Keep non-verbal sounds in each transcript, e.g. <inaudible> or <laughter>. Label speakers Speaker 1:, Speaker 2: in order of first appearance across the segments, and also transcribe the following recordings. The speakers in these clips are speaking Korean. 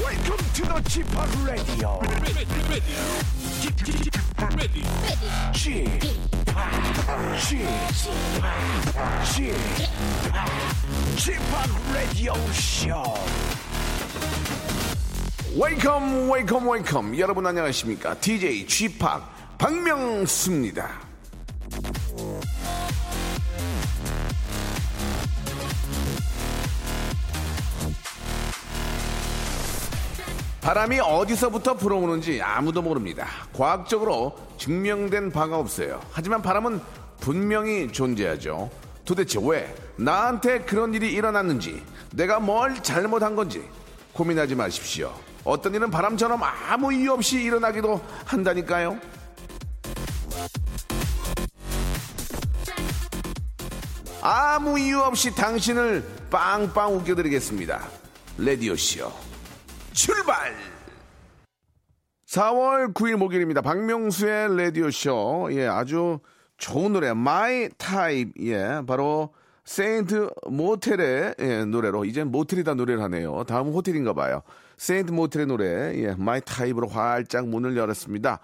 Speaker 1: Welcome to the g p o p Radio.
Speaker 2: ready, ready, ready, ready.
Speaker 1: g p o p g p o p g p o p Radio Show.
Speaker 3: 웨이컴 웨이컴 웨이컴 여러분 안녕하십니까 DJ 쥐팍 박명수입니다 바람이 어디서부터 불어오는지 아무도 모릅니다 과학적으로 증명된 바가 없어요 하지만 바람은 분명히 존재하죠 도대체 왜 나한테 그런 일이 일어났는지 내가 뭘 잘못한 건지 고민하지 마십시오. 어떤 일은 바람처럼 아무 이유 없이 일어나기도 한다니까요. 아무 이유 없이 당신을 빵빵 웃겨드리겠습니다. 레디오쇼 출발! 4월 9일 목요일입니다. 박명수의 라디오쇼. 예, 아주 좋은 노래. My Type. 예, 바로 세인트 모텔의 예, 노래로. 이젠 모텔이다 노래를 하네요. 다음 호텔인가 봐요. 세인트 모텔의 노래. 예, My Type로 활짝 문을 열었습니다.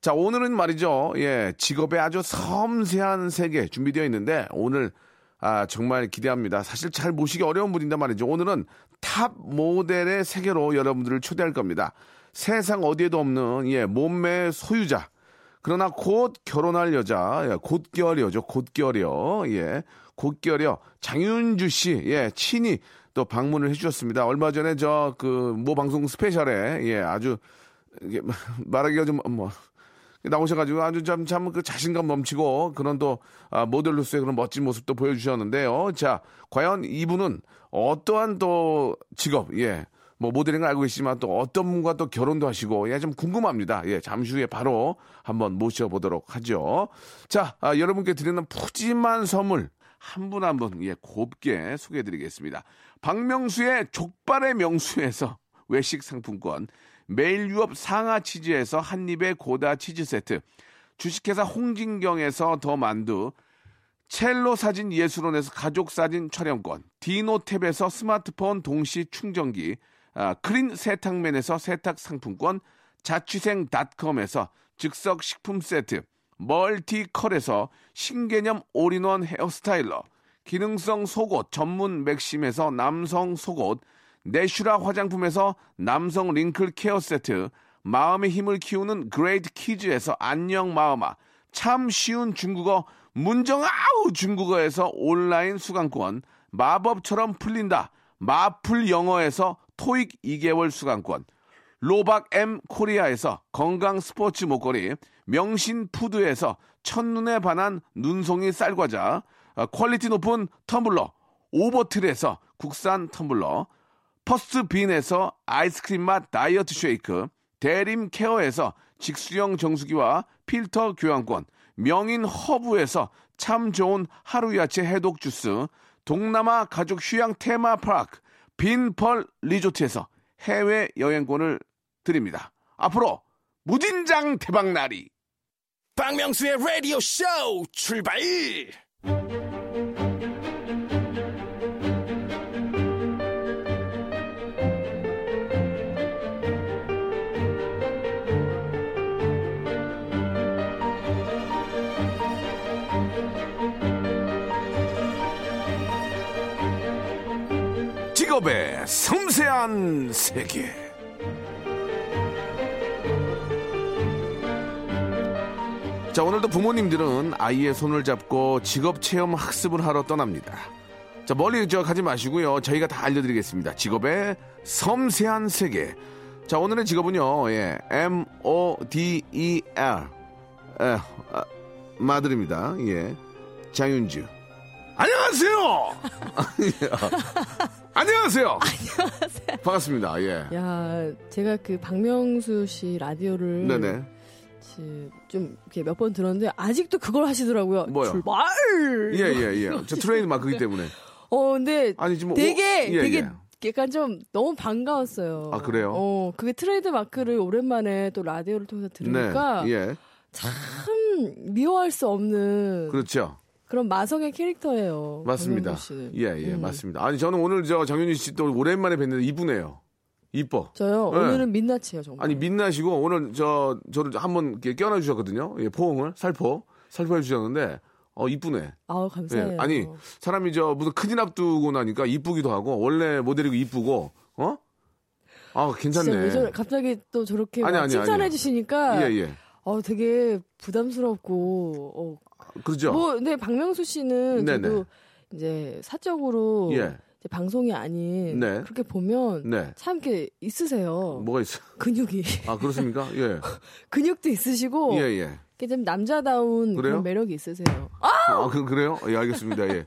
Speaker 3: 자, 오늘은 말이죠. 예, 직업의 아주 섬세한 세계 준비되어 있는데 오늘 아, 정말 기대합니다. 사실 잘 모시기 어려운 분인데 말이죠. 오늘은 탑 모델의 세계로 여러분들을 초대할 겁니다. 세상 어디에도 없는, 예, 몸매 소유자. 그러나 곧 결혼할 여자, 예, 곧결여죠, 곧결여. 예, 곧결여. 장윤주 씨, 예, 친히 또 방문을 해주셨습니다. 얼마 전에 저, 그, 모 방송 스페셜에, 예, 아주, 이게 <laughs> 말하기가 좀, 뭐, 나오셔가지고 아주 참, 참 그 자신감 넘치고 그런 또 아, 모델로서의 그런 멋진 모습도 보여주셨는데요. 자, 과연 이분은 어떠한 또 직업, 예. 뭐 모델인 걸 알고 계시지만 또 어떤 분과 또 결혼도 하시고 예, 좀 궁금합니다. 예, 잠시 후에 바로 한번 모셔보도록 하죠. 자, 아, 여러분께 드리는 푸짐한 선물 한 분 한 분 예, 곱게 소개해드리겠습니다. 박명수의 족발의 명수에서 외식 상품권, 매일 유업 상하 치즈에서 한입의 고다 치즈 세트, 주식회사 홍진경에서 더 만두, 첼로 사진 예술원에서 가족 사진 촬영권, 디노탭에서 스마트폰 동시 충전기, 아, 크린 세탁맨에서 세탁 상품권, 자취생닷컴에서 즉석 식품 세트, 멀티컬에서 신개념 올인원 헤어스타일러, 기능성 속옷 전문 맥심에서 남성 속옷, 내슈라 화장품에서 남성 링클 케어 세트, 마음의 힘을 키우는 그레이트 키즈에서 안녕 마음아, 참 쉬운 중국어 문정아우 중국어에서 온라인 수강권, 마법처럼 풀린다 마풀 영어에서 토익 2개월 수강권, 로박 M 코리아에서 건강 스포츠 목걸이, 명신 푸드에서 첫눈에 반한 눈송이 쌀과자, 어, 퀄리티 높은 텀블러, 오버틀에서 국산 텀블러, 퍼스트빈에서 아이스크림 맛 다이어트 쉐이크, 대림 케어에서 직수형 정수기와 필터 교환권, 명인 허브에서 참 좋은 하루 야채 해독 주스, 동남아 가족 휴양 테마 파크, 빈펄 리조트에서 해외 여행권을 드립니다. 앞으로 무진장 대박나리!
Speaker 1: 박명수의 Radio Show 출발.
Speaker 3: 직업의 섬세한 세계. 자, 오늘도 부모님들은 아이의 손을 잡고 직업 체험 학습을 하러 떠납니다. 자, 멀리 저 가지 마시고요. 저희가 다 알려드리겠습니다. 직업의 섬세한 세계. 자, 오늘의 직업은요, 예, M-O-D-E-R. E 에, 아, 마들입니다. 예. 장윤주. 안녕하세요! <laughs> 안녕하세요! 반갑습니다. 예.
Speaker 4: 야, 제가 그 박명수 씨 라디오를
Speaker 3: 네네.
Speaker 4: 지- 좀 이렇게 몇 번 들었는데 아직도 그걸 하시더라고요.
Speaker 3: 뭐요?
Speaker 4: 출발.
Speaker 3: 예, 예, 예. 저 트레이드 마크기 때문에.
Speaker 4: 어, 근데
Speaker 3: 아니, 지금. 오-
Speaker 4: 되게
Speaker 3: 예,
Speaker 4: 되게
Speaker 3: 예.
Speaker 4: 약간 좀 너무 반가웠어요.
Speaker 3: 아, 그래요?
Speaker 4: 어, 그게 트레이드 마크를 오랜만에 또 라디오를 통해서 들으니까
Speaker 3: 네. 예.
Speaker 4: 참 미워할 수 없는 그
Speaker 3: 그렇죠.
Speaker 4: 런 마성의 캐릭터예요.
Speaker 3: 맞습니다.
Speaker 4: 어, 박명수 씨는.
Speaker 3: 예, 예,
Speaker 4: 음.
Speaker 3: 맞습니다. 아니, 저는 오늘 저 장윤희 씨 또 오랜만에 뵀는데 이쁘네요. 이뻐.
Speaker 4: 저요
Speaker 3: 네.
Speaker 4: 오늘은 민낯이에요 정말.
Speaker 3: 아니 민낯이고 오늘 저 저를 한번 이렇게 껴안아 주셨거든요. 예, 포옹을 살포 살포해 주셨는데 어 이쁘네.
Speaker 4: 아우
Speaker 3: 예,
Speaker 4: 감사해요.
Speaker 3: 아니 사람이 저 무슨 큰일 앞두고 나니까 이쁘기도 하고 원래 모델이고 이쁘고 어? 아
Speaker 4: 진짜
Speaker 3: 괜찮네.
Speaker 4: 왜 저래- 갑자기 또 저렇게
Speaker 3: 아니,
Speaker 4: 막
Speaker 3: 아니,
Speaker 4: 칭찬해
Speaker 3: 아니요.
Speaker 4: 주시니까
Speaker 3: 예 예.
Speaker 4: 어 되게 부담스럽고 어,
Speaker 3: 그렇죠.
Speaker 4: 뭐 근데 박명수 씨는
Speaker 3: 네네.
Speaker 4: 저도 이제 사적으로
Speaker 3: 예.
Speaker 4: 이제 방송이 아닌
Speaker 3: 네.
Speaker 4: 그렇게 보면
Speaker 3: 네.
Speaker 4: 참 이렇게 있으세요.
Speaker 3: 뭐가 있어?
Speaker 4: 근육이
Speaker 3: 아 그렇습니까? 예.
Speaker 4: <laughs> 근육도 있으시고
Speaker 3: 예 예.
Speaker 4: 이렇게 좀 남자다운
Speaker 3: 그래요?
Speaker 4: 그런 매력이 있으세요.
Speaker 3: 아, 그, 그래요? 예, 알겠습니다. 예.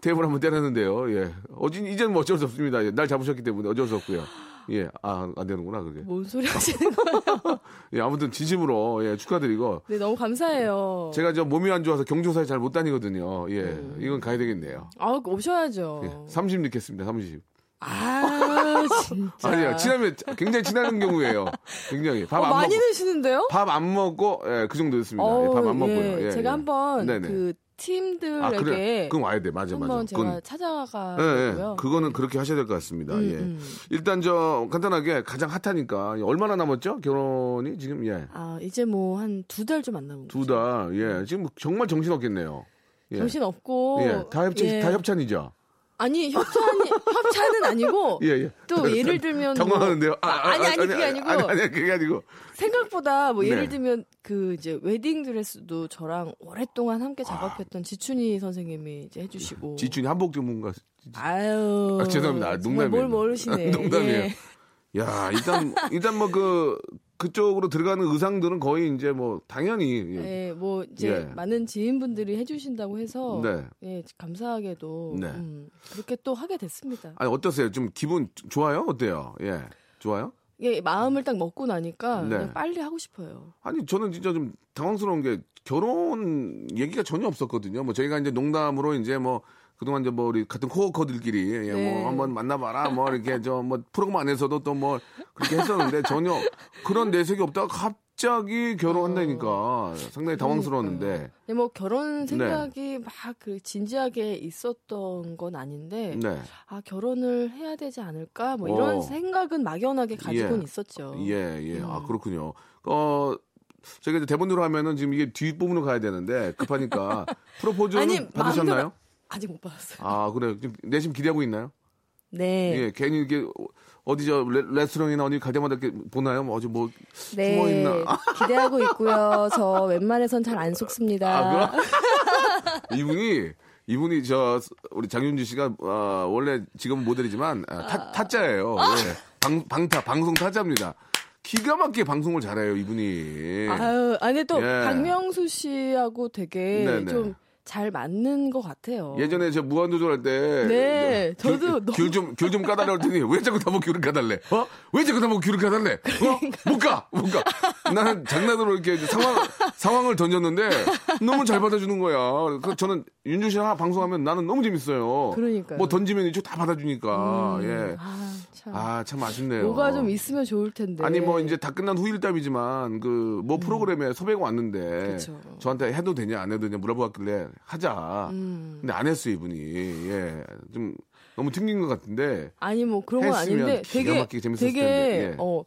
Speaker 3: 테이블 한번 때렸는데요. 예. 어진, 이제는 뭐 어쩔 수 없습니다. 예. 날 잡으셨기 때문에 어쩔 수 없고요. 예. 아, 안 되는구나, 그게.
Speaker 4: 뭔 소리 하시는 거?
Speaker 3: <laughs> 예, 아무튼 진심으로, 예, 축하드리고.
Speaker 4: 네 너무 감사해요.
Speaker 3: 제가 저 몸이 안 좋아서 경조사에 잘 못 다니거든요. 예.
Speaker 4: 음.
Speaker 3: 이건 가야 되겠네요.
Speaker 4: 아 오셔야죠.
Speaker 3: 예. 30 넣겠습니다, 30.
Speaker 4: 아 진짜.
Speaker 3: 아니요, 친하면 굉장히 친한 경우예요. 굉장히. 밥
Speaker 4: 어,
Speaker 3: 안
Speaker 4: 많이
Speaker 3: 먹고.
Speaker 4: 드시는데요?
Speaker 3: 밥 안 먹고, 예, 그 정도였습니다. 예, 밥 안
Speaker 4: 어우, 예.
Speaker 3: 먹고요. 예.
Speaker 4: 제가
Speaker 3: 예.
Speaker 4: 한번
Speaker 3: 네네.
Speaker 4: 그 팀들에게
Speaker 3: 아, 그래. 그럼 와야 돼. 맞아, 맞아.
Speaker 4: 한번 제가
Speaker 3: 그건- 예, 예.
Speaker 4: 찾아가고요. 음,
Speaker 3: 그거는 그렇게 하셔야 될 것 같습니다. 예. 일단 저 간단하게 가장 핫하니까 얼마나 남았죠? 결혼이 지금 예.
Speaker 4: 아 이제 뭐 한 두 달 좀 안 남은
Speaker 3: 두
Speaker 4: 거죠.
Speaker 3: 달. 예. 지금 정말 정신 없겠네요. 예.
Speaker 4: 정신 없고
Speaker 3: 예. 다 협찬
Speaker 4: 예.
Speaker 3: 다 협찬이죠.
Speaker 4: 아니 협찬이 협찬은 아니고
Speaker 3: <laughs> 예, 예.
Speaker 4: 또 예를 들면 뭐-
Speaker 3: 당황하는데요.
Speaker 4: 아, 아니 아니 그게 아니고
Speaker 3: 아니, 아니, 그게 아니고.
Speaker 4: 생각보다 뭐
Speaker 3: 네.
Speaker 4: 예를 들면 그 이제 웨딩 드레스도 저랑 오랫동안 함께 작업했던 지춘이 선생님이 이제 해주시고
Speaker 3: 아. 지춘이 한복 전문가.
Speaker 4: 아유
Speaker 3: 아, 죄송합니다. 아,
Speaker 4: 정말 뭘
Speaker 3: 농담이에요.
Speaker 4: 모르시네
Speaker 3: <laughs> 농담이에요.
Speaker 4: 예.
Speaker 3: 야, 일단 일단 뭐 그 그쪽으로 들어가는 의상들은 거의 이제 뭐 당연히 예.
Speaker 4: 예, 뭐 이제
Speaker 3: 예.
Speaker 4: 많은 지인분들이 해주신다고 해서
Speaker 3: 네.
Speaker 4: 예, 감사하게도
Speaker 3: 네.
Speaker 4: 음, 그렇게 또 하게 됐습니다.
Speaker 3: 아니 어떠세요? 좀 기분 좋아요? 어때요? 예. 좋아요?
Speaker 4: 이게 마음을 딱 먹고 나니까
Speaker 3: 네.
Speaker 4: 그냥 빨리 하고 싶어요.
Speaker 3: 아니 저는 진짜 좀 당황스러운 게 결혼 얘기가 전혀 없었거든요. 뭐 저희가 이제 농담으로 이제 뭐 그동안 이제 뭐 우리 같은 코어커들끼리 예,
Speaker 4: 네.
Speaker 3: 뭐 한번 만나봐라 뭐 이렇게 저 뭐 프로그램 안에서도 또 뭐 그렇게 했었는데 전혀 그런 내색이 없다가 갑자기 결혼한다니까 상당히 당황스러웠는데
Speaker 4: 근데 뭐 결혼
Speaker 3: 네.
Speaker 4: 생각이 막 그 진지하게 있었던 건 아닌데
Speaker 3: 네.
Speaker 4: 아 결혼을 해야 되지 않을까 뭐 이런
Speaker 3: 어.
Speaker 4: 생각은 막연하게 가지고는
Speaker 3: 예.
Speaker 4: 있었죠.
Speaker 3: 예, 예. 아, 그렇군요. 어, 저희가 이제 대본으로 하면은 지금 이게 뒷부분으로 가야 되는데 <laughs> 급하니까 프로포즈는
Speaker 4: 아니,
Speaker 3: 받으셨나요?
Speaker 4: 아직 못 받았어요.
Speaker 3: 아, 그래요. 지금 내심 기대하고 있나요?
Speaker 4: 네.
Speaker 3: 예, 괜히 이게 어디 저 레, 레스토랑이나 어디 갈 때마다 이렇게 보나요? 뭐 어제 뭐 숨어
Speaker 5: 네,
Speaker 3: 있나?
Speaker 4: <laughs>
Speaker 3: 아,
Speaker 5: 기대하고 있고요. 저 웬만해선 잘 안 속습니다.
Speaker 3: 아 그럼 <laughs> 이분이 이분이 저 우리 장윤주 씨가 아, 원래 지금 모델이지만 아, 타, 타짜예요. 예. 방 방타 방송 타짜입니다. 기가 막히게 방송을 잘해요 이분이.
Speaker 4: 아유, 아니 또
Speaker 3: 예.
Speaker 4: 박명수 씨하고 되게
Speaker 3: 네네.
Speaker 4: 좀 잘 맞는 것 같아요.
Speaker 3: 예전에 저 무한도전 할때
Speaker 4: 어. 네, 저도 너무-
Speaker 3: 귤좀귤 좀 까달라 했더니 왜 자꾸 나보고 귤을 까달래? 어? 왜 자꾸 나보고 귤을 까달래?
Speaker 4: 그러니까.
Speaker 3: 어? 못 가, 못 가. 나는 장난으로 이렇게 상황 상황을 던졌는데 너무 잘 받아주는 거야. 그 저는 윤주 씨 하나 방송하면 나는 너무 재밌어요.
Speaker 4: 그러니까요.
Speaker 3: 뭐 던지면 이쪽 다 받아주니까 예.
Speaker 4: 아, 참.
Speaker 3: 아 참 아쉽네요.
Speaker 4: 뭐가 좀 있으면 좋을 텐데.
Speaker 3: 아니 뭐 이제 다 끝난 후일담이지만 그 뭐 프로그램에 섭외가 왔는데
Speaker 4: 음. 그쵸.
Speaker 3: 저한테 해도 되냐 안 해도 되냐 물어보았길래 하자.
Speaker 4: 음.
Speaker 3: 근데 안 했어요 이분이. 예, 좀 너무 튕긴 것 같은데.
Speaker 4: 아니 뭐 그런 건
Speaker 3: 했으면
Speaker 4: 아닌데
Speaker 3: 기가
Speaker 4: 되게
Speaker 3: 막히게 재밌었을
Speaker 4: 되게
Speaker 3: 텐데, 예.
Speaker 4: 어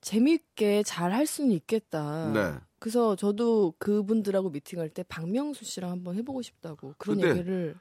Speaker 4: 재밌게 잘 할 수는 있겠다.
Speaker 3: 네.
Speaker 4: 그래서 저도 그분들하고 미팅할 때 박명수 씨랑 한번 해보고 싶다고 그런
Speaker 3: 근데-
Speaker 4: 얘기를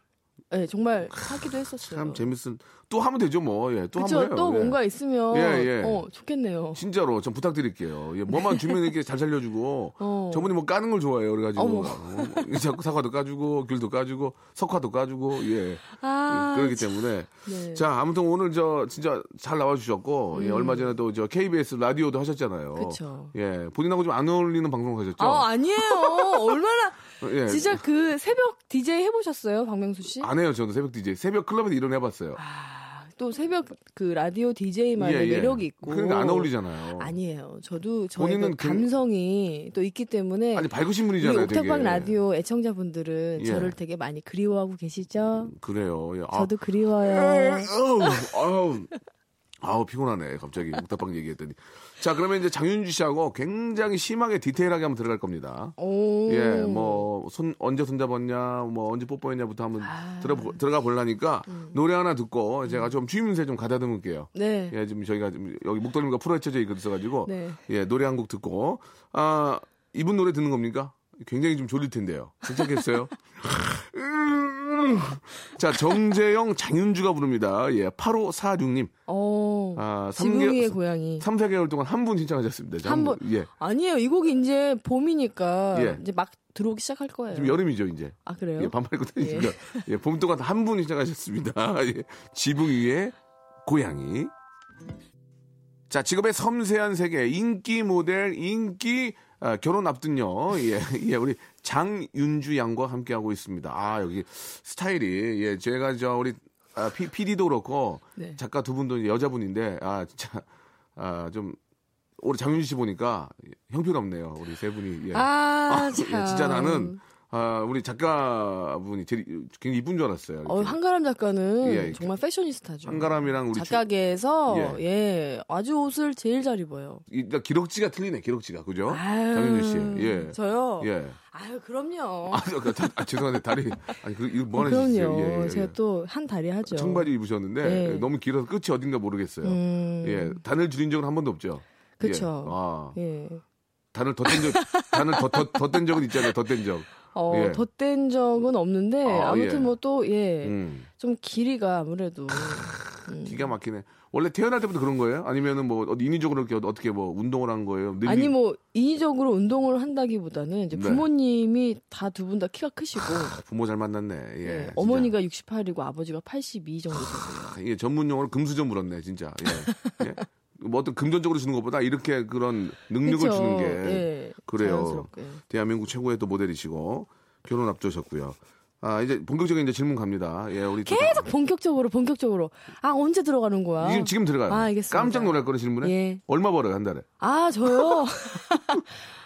Speaker 4: 예, 정말 하기도 했었어요.
Speaker 3: 참 재밌은 또 하면 되죠 뭐. 예, 또 한번
Speaker 4: 그쵸?
Speaker 3: 해요.
Speaker 4: 또
Speaker 3: 예.
Speaker 4: 뭔가 있으면
Speaker 3: 예, 예.
Speaker 4: 어 좋겠네요.
Speaker 3: 진짜로 좀 부탁드릴게요. 예, 뭐만 주면 이렇게 잘 살려주고
Speaker 4: <laughs> 어.
Speaker 3: 저분이 뭐 까는 걸 좋아해요. 그래가지고
Speaker 4: 어머.
Speaker 3: 어, 자꾸 사과도 까주고 귤도 까주고 석화도 까주고 예
Speaker 4: 아,
Speaker 3: 그렇기 때문에
Speaker 4: 네. 음.
Speaker 3: 자, 아무튼 오늘 저 진짜 잘 나와주셨고 예, 얼마 전에 또 저 KBS 라디오도 하셨잖아요.
Speaker 4: 그쵸.
Speaker 3: 예, 본인하고 좀 안 어울리는 방송 하셨죠?
Speaker 4: 아 아니에요.
Speaker 3: <laughs>
Speaker 4: 얼마나
Speaker 3: 예.
Speaker 4: 진짜 그 새벽 DJ 해보셨어요, 박명수 씨?
Speaker 3: 안 해요, 저는 새벽 DJ. 새벽 클럽에서 일어나봤어요.
Speaker 4: 아, 또 새벽 그 라디오 DJ만의 매력이 있고.
Speaker 3: 예, 그러니까 안 어울리잖아요. 아니,
Speaker 4: 아니에요. 저도 저의
Speaker 3: 본인은
Speaker 4: 그
Speaker 3: 그-
Speaker 4: 감성이 또 있기 때문에
Speaker 3: 밝으신
Speaker 4: 우리
Speaker 3: 분이잖아요, 되게.
Speaker 4: 옥탑방 라디오 애청자분들은
Speaker 3: 예.
Speaker 4: 저를 되게 많이 그리워하고 계시죠?
Speaker 3: 그래요. 예. 아, <laughs>
Speaker 5: 저도 그리워요.
Speaker 3: 아우, 아우. 아우 피곤하네 갑자기 옥탑방 얘기했더니 자 그러면 이제 장윤주 씨하고 굉장히 심하게 디테일하게 한번 들어갈 겁니다.
Speaker 4: 오.
Speaker 3: 예, 뭐, 손, 언제 손잡았냐, 뭐, 언제 뽀뽀했냐부터 한번
Speaker 4: 아.
Speaker 3: 들어, 들어가 보려니까,
Speaker 4: 음.
Speaker 3: 노래 하나 듣고, 제가 좀 주임새 좀 가다듬을게요.
Speaker 4: 네.
Speaker 3: 예, 지금 저희가 지금 여기 목도리가 풀어헤쳐져 있어가지고,
Speaker 4: 네.
Speaker 3: 예, 노래 한 곡 듣고, 아, 이분 노래 듣는 겁니까? 굉장히 좀 졸릴 텐데요. 괜찮겠어요? <laughs> 음. 자, 정재영, 장윤주가 부릅니다. 예, 8546님.
Speaker 4: 어.
Speaker 3: 아,
Speaker 4: 지붕이의
Speaker 3: 3개,
Speaker 4: 고양이.
Speaker 3: 3, 4개월 동안 한 분 신청하셨습니다. 이제
Speaker 4: 한 분.
Speaker 3: 예.
Speaker 4: 아니에요. 이 곡이 이제 봄이니까
Speaker 3: 예.
Speaker 4: 이제 막 들어오기 시작할 거예요.
Speaker 3: 지금 여름이죠, 이제.
Speaker 4: 아 그래요?
Speaker 3: 예, 반팔 입고 다니니까. <laughs> 예, 봄 동안 한 분이 시작하셨습니다. <laughs> 예, 지붕 위에 고양이. 자, 직업의 섬세한 세계, 인기 모델, 인기 아, 결혼 앞둔요. 예, <laughs> 예, 우리 장윤주 양과 함께하고 있습니다. 아, 여기 스타일이. 예, 제가 저 우리 아, 피, PD도 그렇고
Speaker 4: 네.
Speaker 3: 작가 두 분도 여자분인데, 아, 진짜, 아, 좀. 우리 장윤주 씨 보니까 형편없네요. 우리 세 분이. 예.
Speaker 4: 아, 참.
Speaker 3: 예, 진짜 나는 아, 우리 작가분이 되게 굉장히 이쁜 줄 알았어요. 이렇게.
Speaker 4: 어, 한가람 작가는
Speaker 3: 예, 이렇게.
Speaker 4: 정말 패셔니스타죠.
Speaker 3: 한가람이랑 우리
Speaker 4: 작가계에서
Speaker 3: 주-
Speaker 4: 예. 아주 옷을 제일 잘 입어요.
Speaker 3: 주- 이- 그러니까 기럭지가 틀리네. 기럭지가 그죠?
Speaker 4: 아유,
Speaker 3: 어? 장윤주 씨. 예.
Speaker 4: 저요.
Speaker 3: 예.
Speaker 4: 아유 그럼요. 어,
Speaker 3: 아, 그, 다- 아, 죄송한데 다리 아니 그 이거 뭐 하는
Speaker 4: 그럼요.
Speaker 3: 짓이세요? 예, 예,
Speaker 4: 제가
Speaker 3: 예.
Speaker 4: 또 한 다리 하죠.
Speaker 3: 청바지 입으셨는데
Speaker 4: 예.
Speaker 3: 너무 길어서 끝이 어딘가 모르겠어요.
Speaker 4: 음,
Speaker 3: 예. 단을 줄인 적은 한 번도 없죠.
Speaker 4: 그쵸.
Speaker 3: 예. 아.
Speaker 4: 예.
Speaker 3: 단을 더 뗀 적, 단을 더, 더, 더뗀 적은 있잖아요. 더뗀 적.
Speaker 4: 어,
Speaker 3: 예.
Speaker 4: 덧댄 적은 없는데
Speaker 3: 아,
Speaker 4: 아, 무튼
Speaker 3: 예.
Speaker 4: 뭐 또 <laughs> 예.
Speaker 3: 음.
Speaker 4: 좀 길이가 아무래도 음.
Speaker 3: 기가 막히네. 원래 태어날 때부터 그런 거예요? 아니면은 뭐 어디 인위적으로 이렇게 어떻게 뭐 운동을 한 거예요? 늘리-
Speaker 4: 아니 뭐 인위적으로 운동을 한다기보다는 이제
Speaker 3: 네.
Speaker 4: 부모님이 다 두 분 다 키가 크시고
Speaker 3: 부모 잘 만났네. 예.
Speaker 4: 예,
Speaker 3: 진짜.
Speaker 4: 어머니가 68이고 아버지가 82 정도 되세요.
Speaker 3: 아, 이게 전문 용어로 금수저 물었네, 진짜. 예. 예? 뭐 어떤 금전적으로 주는 것보다 이렇게 그런 능력을
Speaker 4: 그쵸?
Speaker 3: 주는 게
Speaker 4: 예,
Speaker 3: 그래요.
Speaker 4: 자연스럽게.
Speaker 3: 대한민국 최고의 또 모델이시고 결혼 앞두셨고요. 아 이제 본격적인 이제 질문 갑니다. 예, 우리 또-
Speaker 4: 계속 본격적으로 본격적으로 아 언제 들어가는 거야?
Speaker 3: 지금 지금 들어가요.
Speaker 4: 아, 알겠습니다.
Speaker 3: 깜짝 놀랄 거는 질문에
Speaker 4: 예.
Speaker 3: 얼마 벌어요 한 달에?
Speaker 4: 아
Speaker 3: <laughs>
Speaker 4: 저요.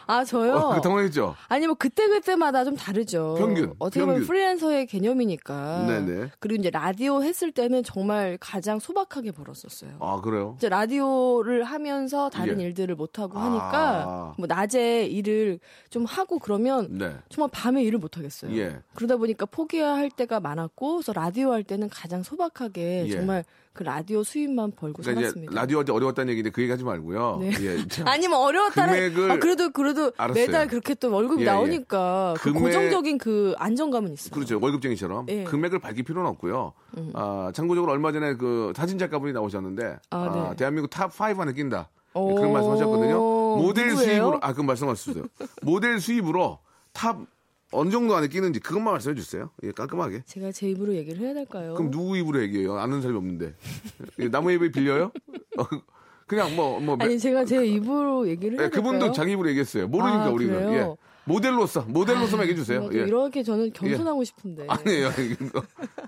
Speaker 4: 아 저요.
Speaker 3: 어, 그 당황했죠.
Speaker 4: 아니 뭐 그때 그때마다 좀 다르죠.
Speaker 3: 평균,
Speaker 4: 어떻게 보면
Speaker 3: 평균.
Speaker 4: 프리랜서의 개념이니까.
Speaker 3: 네네.
Speaker 4: 그리고 이제 라디오 했을 때는 정말 가장 소박하게 벌었었어요.
Speaker 3: 아 그래요?
Speaker 4: 이제 라디오를 하면서 다른
Speaker 3: 예.
Speaker 4: 일들을 못 하고
Speaker 3: 아.
Speaker 4: 하니까 뭐 낮에 일을 좀 하고 그러면
Speaker 3: 네.
Speaker 4: 정말 밤에 일을 못 하겠어요.
Speaker 3: 예.
Speaker 4: 그러다 보니까 포기할 때가 많았고 그래서 라디오 할 때는 가장 소박하게
Speaker 3: 예.
Speaker 4: 정말 그 라디오 수입만 벌고
Speaker 3: 그러니까 이제
Speaker 4: 살았습니다.
Speaker 3: 라디오 할 때 어려웠다는 얘기인데 그 얘기 하지 말고요.
Speaker 4: 네.
Speaker 3: 예. 자,
Speaker 4: <laughs> 아니면 어려웠다는
Speaker 3: 금액을-
Speaker 4: 아, 그래도 그래도
Speaker 3: 알았어요.
Speaker 4: 매달 그렇게 또 월급이
Speaker 3: 예, 예.
Speaker 4: 나오니까 그
Speaker 3: 금액-
Speaker 4: 고정적인 그 안정감은 있어요.
Speaker 3: 그렇죠. 월급쟁이처럼
Speaker 4: 예. 음.
Speaker 3: 금액을 밝힐 필요는 없고요. 아, 참고적으로 얼마 전에 그 사진 작가분이 나오셨는데
Speaker 4: 아,
Speaker 3: 아,
Speaker 4: 네.
Speaker 3: 대한민국 탑 5 안에 낀다. 예,
Speaker 4: 오,
Speaker 3: 그런 말씀하셨거든요. 모델
Speaker 4: 누구예요?
Speaker 3: 수입으로 아그 말씀하셨어요. 모델 수입으로 탑 어느 정도 안에 끼는지 그것만 말씀해 주세요. 예, 깔끔하게.
Speaker 4: 제가 제 입으로 얘기를 해야 될까요?
Speaker 3: 그럼 누구 입으로 얘기해요? 아는 사람이 없는데 예, 남의 입에 빌려요? 어, 그냥 뭐뭐 예,
Speaker 4: 아니 제가 제 입으로 얘기를 해야 될까요?
Speaker 3: 그- 그분도 자기 입으로 얘기했어요. 모르니까
Speaker 4: 아,
Speaker 3: 우리는 예.
Speaker 4: 그래요?
Speaker 3: 모델로서 모델로서만 얘기해 주세요.
Speaker 4: 정말 음, 뭐 좀
Speaker 3: 예.
Speaker 4: 이렇게 저는 겸손하고 싶은데
Speaker 3: 아니에요.
Speaker 4: 네.
Speaker 3: 이거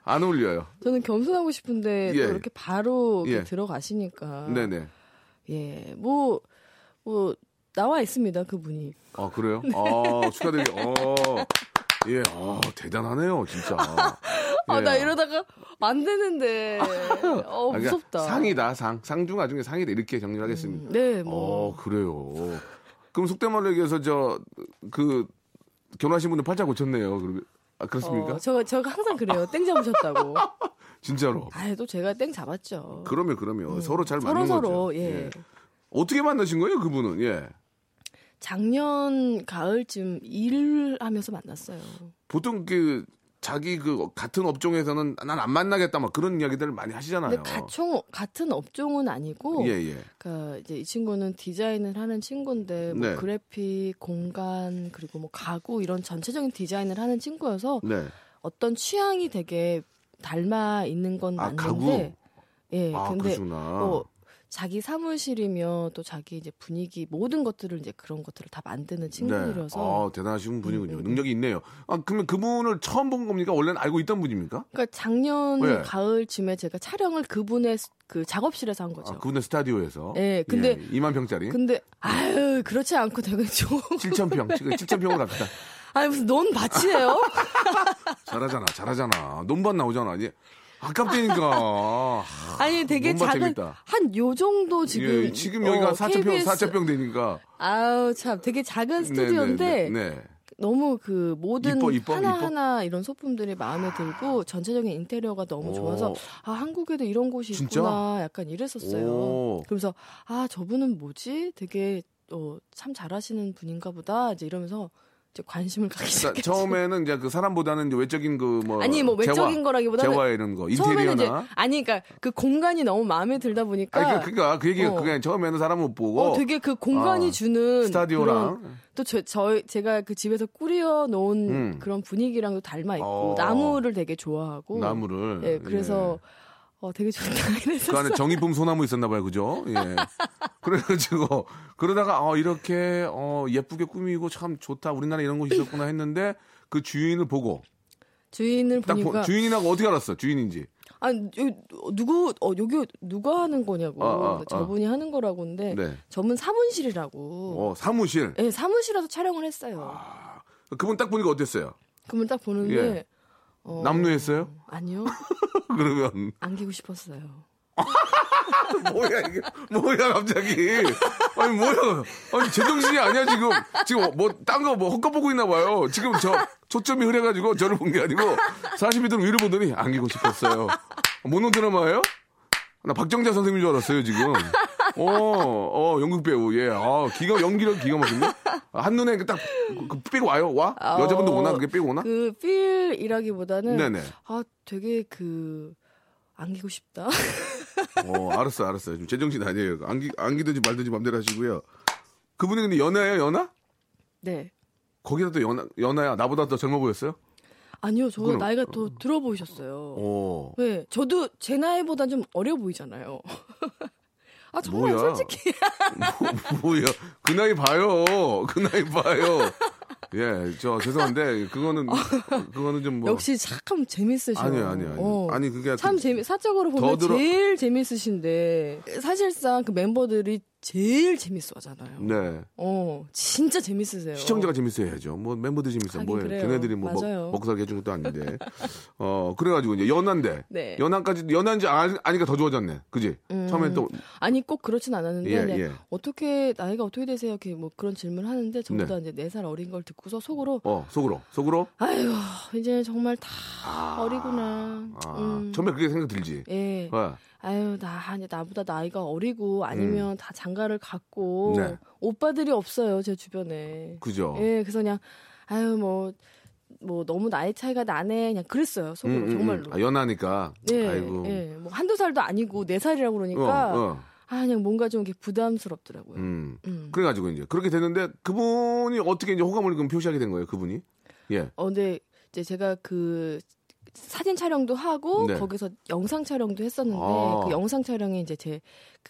Speaker 3: 안 어울려요.
Speaker 4: 저는 겸손하고 싶은데
Speaker 3: 예.
Speaker 4: 또 이렇게 바로 이렇게
Speaker 3: 예.
Speaker 4: 들어가시니까
Speaker 3: 네네.
Speaker 4: 예, 뭐, 뭐, 나와 있습니다, 그분이.
Speaker 3: 아 그래요?
Speaker 4: 네.
Speaker 3: 아 축하드립니다. 어, 예, 아 대단하네요, 진짜.
Speaker 4: 아,
Speaker 3: 예.
Speaker 4: 나 이러다가 안 되는데. 어,
Speaker 3: 아, 그러니까
Speaker 4: 무섭다.
Speaker 3: 상이다, 상. 상중하 중에 상이다 이렇게 정리하겠습니다.
Speaker 4: 네,
Speaker 3: 어
Speaker 4: 뭐.
Speaker 3: 그래요. 그럼 속된 말로 얘기해서 저 그 결혼하신 분들 팔자 고쳤네요. 그러면 아, 그렇습니까?
Speaker 4: 어, 저, 저가 항상 그래요. 땡
Speaker 3: <laughs>
Speaker 4: 잡으셨다고.
Speaker 3: 진짜로.
Speaker 4: 아, 또 제가 땡 잡았죠.
Speaker 3: 그러면 그러면 서로 잘
Speaker 4: 음, 서로
Speaker 3: 맞는
Speaker 4: 서로,
Speaker 3: 거죠.
Speaker 4: 예.
Speaker 3: 어떻게 만나신 거예요, 그분은? 예.
Speaker 4: 작년 가을쯤 일하면서 만났어요.
Speaker 3: 보통 그 자기 그 같은 업종에서는 난 안 만나겠다 막 그런 이야기들을 많이 하시잖아요.
Speaker 4: 근데 가총, 같은 업종은 아니고.
Speaker 3: 예, 예.
Speaker 4: 그러니까 이제 이 친구는 디자인을 하는 친구인데 뭐
Speaker 3: 네.
Speaker 4: 그래픽, 공간 그리고 뭐 가구 이런 전체적인 디자인을 하는 친구여서
Speaker 3: 네.
Speaker 4: 어떤 취향이 되게 닮아 있는 건
Speaker 3: 아,
Speaker 4: 맞는데 예
Speaker 3: 아,
Speaker 4: 근데 어,
Speaker 3: 그러시구나.
Speaker 4: 또 자기 사무실이며 또 자기 이제 분위기 모든 것들을 이제 그런 것들을 다 만드는 친구들이어서
Speaker 3: 네. 아, 대단하신 분이군요.
Speaker 4: 음, 음.
Speaker 3: 능력이 있네요. 아, 그러면 그분을 처음 본 겁니까? 원래는 알고 있던 분입니까? 아,
Speaker 4: 그러니까 작년
Speaker 3: 예.
Speaker 4: 가을쯤에 제가 촬영을 그분의 스- 그 작업실에서 한 거죠.
Speaker 3: 아, 그분의 스타디오에서.
Speaker 4: 예, 근데-
Speaker 3: 2만 평짜리. <laughs>
Speaker 4: 근데 아유 그렇지 않고 되게 좀
Speaker 3: 7천 평. 7천 평으로 갑시다. <laughs>
Speaker 4: 아니 무슨 논 밭이에요?
Speaker 3: 잘하잖아. 잘하잖아. 논밭 나오잖아. 이제 아깝다니까.
Speaker 4: 아니 되게
Speaker 3: 몸
Speaker 4: 작은
Speaker 3: 받치겠다.
Speaker 4: 한 요 정도 <laughs> 지금
Speaker 3: 예, 지금 여기가
Speaker 4: 어,
Speaker 3: 사채병
Speaker 4: KBS
Speaker 3: 사채병 되니까.
Speaker 4: 아우 참 되게 작은
Speaker 3: 네,
Speaker 4: 스튜디오인데
Speaker 3: 네, 네.
Speaker 4: 너무 그 모든
Speaker 3: 이뻐, 이뻐,
Speaker 4: 하나하나 이런 소품들이 마음에 들고 전체적인 인테리어가 너무
Speaker 3: 오.
Speaker 4: 좋아서 아 한국에도 이런 곳이
Speaker 3: 진짜?
Speaker 4: 있구나 약간 이랬었어요.
Speaker 3: 오.
Speaker 4: 그러면서 아 저분은 뭐지? 되게 어, 참 잘하시는 분인가 보다 이제 이러면서 이제 관심을 가기
Speaker 3: 자,
Speaker 4: <laughs> 시작했죠.
Speaker 3: 그러니까 처음에는 이제 그 사람보다는 이제 외적인 그 뭐
Speaker 4: 아니 뭐 외적인
Speaker 3: 재화,
Speaker 4: 거라기보다는
Speaker 3: 재화 이런 거
Speaker 4: 처음에는 이제
Speaker 3: 인테리어나
Speaker 4: 아니 그러니까 그 공간이 너무 마음에 들다 보니까
Speaker 3: 아니 그, 그니까 그 얘기가
Speaker 4: 어.
Speaker 3: 그게 처음에는 사람 못 보고
Speaker 4: 어, 되게 그 공간이
Speaker 3: 아,
Speaker 4: 주는 그런
Speaker 3: 스타디오랑
Speaker 4: 또 저, 저 제가 그 집에서 꾸려 놓은
Speaker 3: 음.
Speaker 4: 그런 분위기랑도 닮아 있고
Speaker 3: 어.
Speaker 4: 나무를 되게 좋아하고
Speaker 3: 나무를
Speaker 4: 예 그래서 어 되게 좋다 <laughs>
Speaker 3: 예. 그
Speaker 4: 이랬었어
Speaker 3: 안에 정이품 소나무 있었나 봐요 그죠
Speaker 4: <laughs>
Speaker 3: 예 그래가지고 그러다가 어 이렇게 어 예쁘게 꾸미고 참 좋다 우리나라 이런 곳이 있었구나 했는데 그 주인을 보고
Speaker 4: 주인을
Speaker 3: 딱
Speaker 4: 보니까
Speaker 3: 보, 주인이라고 어떻게 알았어 주인인지
Speaker 4: 아 여기 누구 어 여기 누가 하는 거냐고
Speaker 3: 아, 아, 아.
Speaker 4: 저분이 하는 거라고는데
Speaker 3: 네.
Speaker 4: 저분 사무실이라고
Speaker 3: 어 사무실
Speaker 4: 예 사무실에서 촬영을 했어요
Speaker 3: 그분 딱 보니까 어땠어요
Speaker 4: 그분 딱 보는데
Speaker 3: 예.
Speaker 4: 어,
Speaker 3: 남루했어요 <laughs>
Speaker 4: 아니요
Speaker 3: 그러면
Speaker 4: 안기고 싶었어요
Speaker 3: 뭐야 이게 뭐야 갑자기 아니 뭐야 아니 제정신이 아니야 지금 지금 뭐 딴 거 뭐 헛것 보고 있나 봐요 지금 저 초점이 흐려가지고 저를 본 게 아니고 42도로 위로 보더니 안기고 싶었어요 모노드라마예요? 나 박정자 선생님인 줄 알았어요 지금 어어 연극 배우 예아 기가 연기력 기가 막힌데 한 눈에 딱 그, 그 삐고 와요 와 여자분도 오나 그게 삐고 오나
Speaker 4: 그 필이라기보다는
Speaker 3: 네네
Speaker 4: 아 되게 그 안기고 싶다 <laughs>
Speaker 3: 어, 알았어, 알았어요. 좀 제정신 아니에요. 안기, 안기든지 말든지 맘대로 하시고요. 그분이 근데 연하예요, 연하?
Speaker 4: 네
Speaker 3: 거기다 또 연하, 연하야. 나보다 더 젊어 보였어요?
Speaker 4: 아니요, 저
Speaker 3: 그건-
Speaker 4: 나이가 더 들어 보이셨어요.
Speaker 3: 오.
Speaker 4: 네, 저도 제 나이보단 좀 어려 보이잖아요. <laughs> 아 정말
Speaker 3: 뭐야.
Speaker 4: 솔직히
Speaker 3: <laughs> 뭐야. 그 나이 봐요. 그 나이 봐요. 예, 저 죄송한데, 그거는, 그거는 좀 뭐.
Speaker 4: 역시 참 재밌으셔.
Speaker 3: 아니요, 아니요, 아니요.
Speaker 4: 어.
Speaker 3: 아니, 그게.
Speaker 4: 참
Speaker 3: 그-
Speaker 4: 재미 사적으로 보면
Speaker 3: 들어-
Speaker 4: 제일 재밌으신데 사실상 그 멤버들이 제일 재밌어하잖아요.
Speaker 3: 네.
Speaker 4: 어, 진짜 재밌으세요.
Speaker 3: 시청자가 재밌어야죠. 뭐 멤버들 재밌어.
Speaker 4: 어. 하긴
Speaker 3: 뭐
Speaker 4: 그래요.
Speaker 3: 걔네들이 뭐
Speaker 4: 맞아요.
Speaker 3: 먹- 먹고 살게 해준 것도 아닌데. 어, 그래가지고 이제 연한데.
Speaker 4: 네.
Speaker 3: 연한까지, 연한지 아- 아니까 더 좋아졌네. 그지? 처음엔 또
Speaker 4: 아니 꼭 그렇진 않았는데
Speaker 3: 예,
Speaker 4: 네.
Speaker 3: 예.
Speaker 4: 어떻게 나이가 어떻게 되세요? 이렇게 뭐 그런 질문을 하는데 저보다
Speaker 3: 네.
Speaker 4: 이제 네 살 어린 걸 듣고서 속으로
Speaker 3: 어, 속으로. 속으로?
Speaker 4: 아유 이제 정말 다 어리구나.
Speaker 3: 아,
Speaker 4: 음.
Speaker 3: 처음에 그게 생각 들지.
Speaker 4: 예.
Speaker 3: 예.
Speaker 4: 아유 나 이제 나보다 나이가 어리고 아니면 다 장가를 갔고
Speaker 3: 음. 네.
Speaker 4: 오빠들이 없어요 제 주변에.
Speaker 3: 그죠.
Speaker 4: 예. 그래서 그냥 아유 뭐 뭐 너무 나이 차이가 나네 그냥 그랬어요
Speaker 3: 음,
Speaker 4: 속으로
Speaker 3: 음, 음.
Speaker 4: 정말로.
Speaker 3: 아, 연하니까.
Speaker 4: 예,
Speaker 3: 아이고.
Speaker 4: 예, 뭐 한두 살도 아니고 네 살이라고 그러니까
Speaker 3: 어, 어.
Speaker 4: 아 그냥 뭔가 좀 이렇게 부담스럽더라고요.
Speaker 3: 음.
Speaker 4: 음.
Speaker 3: 그래가지고 이제 그렇게 됐는데 그분이 어떻게 이제 호감을 그럼 표시하게 된 거예요, 그분이? 예.
Speaker 4: 어, 근데 이제 제가 그 사진 촬영도 하고
Speaker 3: 네.
Speaker 4: 거기서 영상 촬영도 했었는데
Speaker 3: 아.
Speaker 4: 그 영상 촬영이 이제 제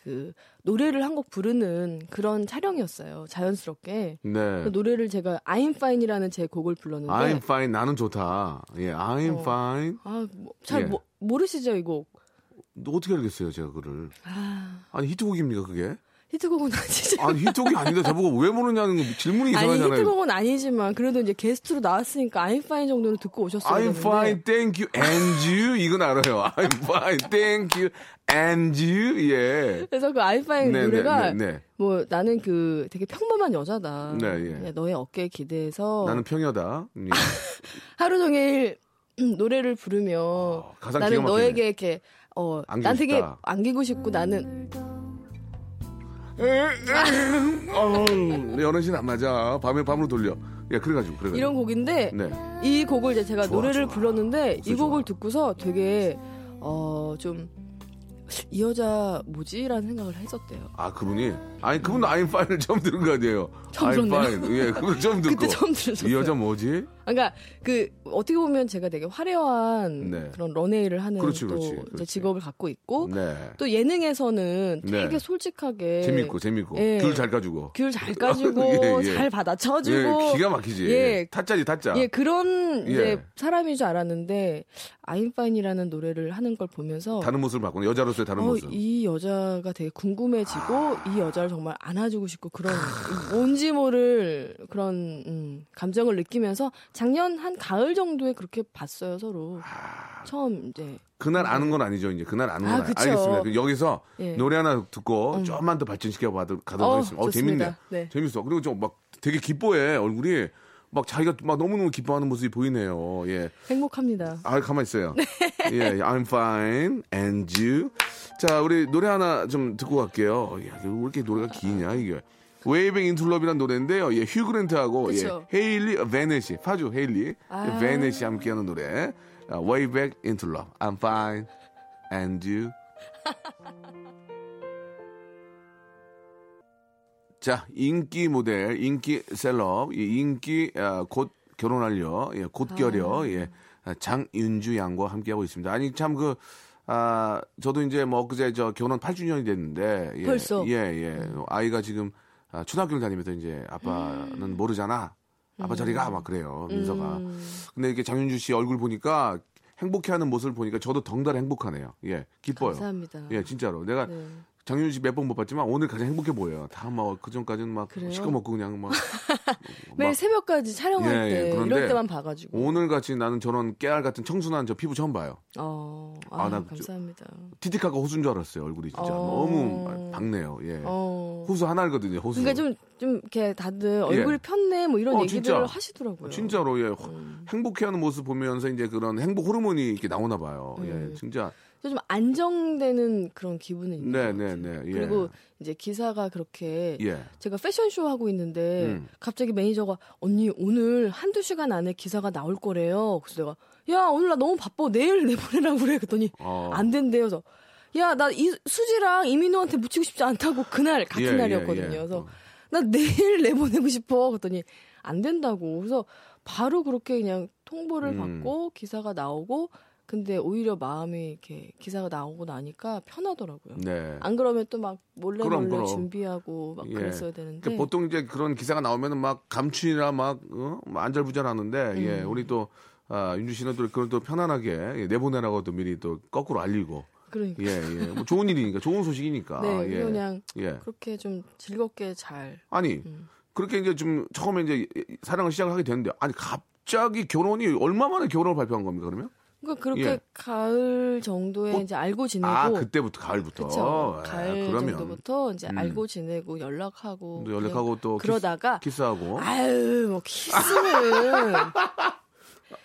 Speaker 4: 그 노래를 한 곡 부르는 그런 촬영이었어요. 자연스럽게.
Speaker 3: 네.
Speaker 4: 그 노래를 제가 I'm Fine이라는 제 곡을 불렀는데
Speaker 3: I'm fine, 나는 좋다. 예, I'm
Speaker 4: 네. 어.
Speaker 3: fine.
Speaker 4: 아, 뭐, 잘
Speaker 3: 예.
Speaker 4: 모, 모르시죠, 이 곡.
Speaker 3: 어떻게 알겠어요, 제가 그를.
Speaker 4: 아,
Speaker 3: 아니, 히트곡입니까, 그게?
Speaker 4: 히트곡은 아니죠.
Speaker 3: 아니, 히트곡이 아닌데 저보고 왜 모르냐는 게 <laughs> 질문이
Speaker 4: 아니
Speaker 3: 이상하잖아요.
Speaker 4: 히트곡은 아니지만 그래도 이제 게스트로 나왔으니까 I'm Fine 정도는 듣고 오셨어야
Speaker 3: I'm
Speaker 4: 되는데
Speaker 3: fine, thank you, and you. 이건 알아요. I'm fine, thank you, and you. 예.
Speaker 4: 그래서 그 I'm Fine
Speaker 3: 네,
Speaker 4: 노래가
Speaker 3: 네, 네, 네.
Speaker 4: 뭐 나는 그 되게 평범한 여자다.
Speaker 3: 네, 예.
Speaker 4: 그냥 너의 어깨에 기대서
Speaker 3: 나는 평여다. 예.
Speaker 4: 하루 종일 <clears throat> 노래를 부르며
Speaker 3: 어, 가상
Speaker 4: 나는
Speaker 3: 기가 막히네.
Speaker 4: 너에게 이렇게 어,
Speaker 3: 안기고
Speaker 4: 난 되게
Speaker 3: 싶다.
Speaker 4: 안기고 싶고 나는
Speaker 3: 어, 연애 씨는 안 맞아. 밤에 밤으로 돌려. 예, 그래가지고 그래가지고.
Speaker 4: 이런 곡인데
Speaker 3: 네.
Speaker 4: 이 곡을 이제 제가
Speaker 3: 좋아,
Speaker 4: 노래를
Speaker 3: 좋아.
Speaker 4: 불렀는데
Speaker 3: 목소리
Speaker 4: 이 곡을
Speaker 3: 좋아.
Speaker 4: 듣고서 되게 어 좀 이 여자 뭐지라는 생각을 했었대요.
Speaker 3: 아 그분이 아니 그분도 아임 파인을 처음 들은 거 아니에요.
Speaker 4: 처음
Speaker 3: I'm
Speaker 4: 들었네요.
Speaker 3: fine. 예, 그걸 처음 듣고.
Speaker 4: 그때 처음 들었어요.
Speaker 3: 이 여자 뭐지?
Speaker 4: 그러니까 그 어떻게 보면 제가 되게 화려한
Speaker 3: 네.
Speaker 4: 그런 런웨이를 하는
Speaker 3: 그렇지,
Speaker 4: 또
Speaker 3: 그렇지,
Speaker 4: 이제
Speaker 3: 그렇지.
Speaker 4: 직업을 갖고 있고
Speaker 3: 네.
Speaker 4: 또 예능에서는
Speaker 3: 네.
Speaker 4: 되게 솔직하게
Speaker 3: 재밌고 재밌고
Speaker 4: 예.
Speaker 3: 귤잘 가지고.
Speaker 4: 귤 잘 까주고
Speaker 3: <laughs> 예, 예.
Speaker 4: 잘 받아쳐주고
Speaker 3: 예, 기가 막히지.
Speaker 4: 예.
Speaker 3: 타짜지 타짜.
Speaker 4: 예, 그런
Speaker 3: 예.
Speaker 4: 이제 사람인 줄 알았는데 아인파인이라는 노래를 하는 걸 보면서
Speaker 3: 다른 모습을 바꾸는 여자로서의 다른
Speaker 4: 어,
Speaker 3: 모습. 아.
Speaker 4: 이 여자가 되게 궁금해지고 이 여자를 정말 안아주고 싶고 그런 뭔지 모를 그런 음,
Speaker 3: 아.
Speaker 4: 감정을 느끼면서 작년 한 가을 정도에 그렇게 봤어요 서로 처음 이제
Speaker 3: 그날 아는 건 아니죠. 이제 그날 아는
Speaker 4: 네. 아,
Speaker 3: 건 아, 니
Speaker 4: 그쵸.
Speaker 3: 알겠습니다. 그럼 여기서
Speaker 4: 예.
Speaker 3: 노래 하나 듣고 조금만 더 발전시켜 봐도 가도록
Speaker 4: 어,
Speaker 3: 하겠습니다. 어,
Speaker 4: 좋습니다.
Speaker 3: 재밌네.
Speaker 4: 네.
Speaker 3: 재밌어. 그리고 좀 막 되게 기뻐해 얼굴이 막 자기가 막 너무너무 기뻐하는 모습이 보이네요. 예.
Speaker 4: 행복합니다.
Speaker 3: 아, 가만 있어요.
Speaker 4: 네.
Speaker 3: 예, I'm fine and you. 자, 우리 노래 하나 좀 듣고 갈게요. 야, 이거 왜 이렇게 노래가 기냐 이게. 웨이빙 인툴럽이라는 노래인데요. 예, 휴 그랜트하고 예,
Speaker 4: 그쵸.
Speaker 3: 헤일리 베네시, 파주 헤일리
Speaker 4: 아.
Speaker 3: 베네시 함께하는 노래. 아, Way back into love. I'm fine and you. <laughs> 자, 인기 모델, 인기 셀럽, 이 인기 아, 곧 결혼하려, 예, 곧 결여, 예, 아, 장윤주 양과 함께하고 있습니다. 아니 참 그, 아, 저도 이제 뭐 엊그제 저 결혼 8주년이 됐는데, 예,
Speaker 4: 벌써?
Speaker 3: 예, 예, 아이가 지금 아, 초등학교를 다니면서 이제 아빠는
Speaker 4: 음.
Speaker 3: 모르잖아, 아빠 자리가 막 그래요, 민서가. 근데 이렇게 장윤주 씨 얼굴 보니까 행복해하는 모습을 보니까 저도 덩달아 행복하네요. 예, 기뻐요.
Speaker 4: 감사합니다.
Speaker 3: 예, 진짜로. 내가
Speaker 4: 네.
Speaker 3: 장윤 씨 몇 번 못 봤지만 오늘 가장 행복해 보여요. 다 막 그전까지는 막
Speaker 4: 그래요?
Speaker 3: 시커멓고 그냥 뭐. 막,
Speaker 4: 매일
Speaker 3: 막
Speaker 4: 새벽까지 촬영할
Speaker 3: 예, 예,
Speaker 4: 때
Speaker 3: 그런데
Speaker 4: 이럴 때만 봐가지고.
Speaker 3: 오늘 같이 나는 저런 깨알 같은 청순한 저 피부 처음 봐요.
Speaker 4: 어,
Speaker 3: 아,
Speaker 4: 아,
Speaker 3: 나
Speaker 4: 감사합니다.
Speaker 3: 티티카가 호수인 줄 알았어요. 얼굴이 진짜
Speaker 4: 어.
Speaker 3: 너무 밝네요. 예.
Speaker 4: 어.
Speaker 3: 호수 하나거든요. 호수.
Speaker 4: 그러니까 좀, 좀, 이렇게 다들 얼굴이 폈네, 뭐 이런
Speaker 3: 예. 어,
Speaker 4: 얘기들
Speaker 3: 진짜.
Speaker 4: 하시더라고요.
Speaker 3: 진짜로 예.
Speaker 4: 음.
Speaker 3: 행복해하는 모습 보면서 이제 그런 행복 호르몬이 이렇게 나오나 봐요.
Speaker 4: 음.
Speaker 3: 예, 진짜.
Speaker 4: 좀 안정되는 그런 기분은 있는
Speaker 3: 네,
Speaker 4: 것
Speaker 3: 네,
Speaker 4: 같아요.
Speaker 3: 네. 예.
Speaker 4: 그리고 이제 기사가 그렇게
Speaker 3: 예.
Speaker 4: 제가 패션쇼 하고 있는데
Speaker 3: 음.
Speaker 4: 갑자기 매니저가 언니 오늘 한두 시간 안에 기사가 나올 거래요. 그래서 내가 야 오늘 나 너무 바빠 내일 내보내라고 그래 그랬더니
Speaker 3: 어.
Speaker 4: 안 된대요. 그래서 야나 이 수지랑 이민호한테 묻히고 싶지 않다고 그날 같은
Speaker 3: 예, 예,
Speaker 4: 날이었거든요.
Speaker 3: 예.
Speaker 4: 그래서
Speaker 3: 어.
Speaker 4: 나 내일 내보내고 싶어 그랬더니 안 된다고. 그래서 바로 그렇게 그냥 통보를
Speaker 3: 음.
Speaker 4: 받고 기사가 나오고 근데 오히려 마음이 이렇게 기사가 나오고 나니까 편하더라고요.
Speaker 3: 네.
Speaker 4: 안 그러면 또 막 몰래
Speaker 3: 그럼,
Speaker 4: 몰래
Speaker 3: 그럼.
Speaker 4: 준비하고 막
Speaker 3: 예.
Speaker 4: 그랬어야 되는데
Speaker 3: 그러니까 보통 이제 그런 기사가 나오면은 막 감춘이나 막 어? 뭐 안절부절하는데 예
Speaker 4: 음.
Speaker 3: 우리 또 아, 윤주 씨는 또 그걸 또 편안하게 예, 내보내라고 또 미리 또 거꾸로 알리고
Speaker 4: 그러니까
Speaker 3: 예예 뭐 좋은 일이니까 좋은 소식이니까
Speaker 4: 네
Speaker 3: 예.
Speaker 4: 그냥
Speaker 3: 예
Speaker 4: 그렇게 좀 즐겁게 잘
Speaker 3: 아니 그렇게 이제 좀 처음에 이제 사랑을 시작하게 되는데 아니 갑자기 결혼이 얼마 만에 결혼을 발표한 겁니까 그러면
Speaker 4: 그러니까 그렇게
Speaker 3: 예.
Speaker 4: 가을 정도에
Speaker 3: 보-
Speaker 4: 이제 알고 지내고
Speaker 3: 아 그때부터 가을부터
Speaker 4: 그쵸?
Speaker 3: 아,
Speaker 4: 가을 정도부터 이제 알고 지내고 연락하고
Speaker 3: 음. 또 연락하고
Speaker 4: 그냥
Speaker 3: 또 키스- 어?
Speaker 4: 그러다가
Speaker 3: 키스하고
Speaker 4: 아유 뭐 키스는
Speaker 3: <laughs>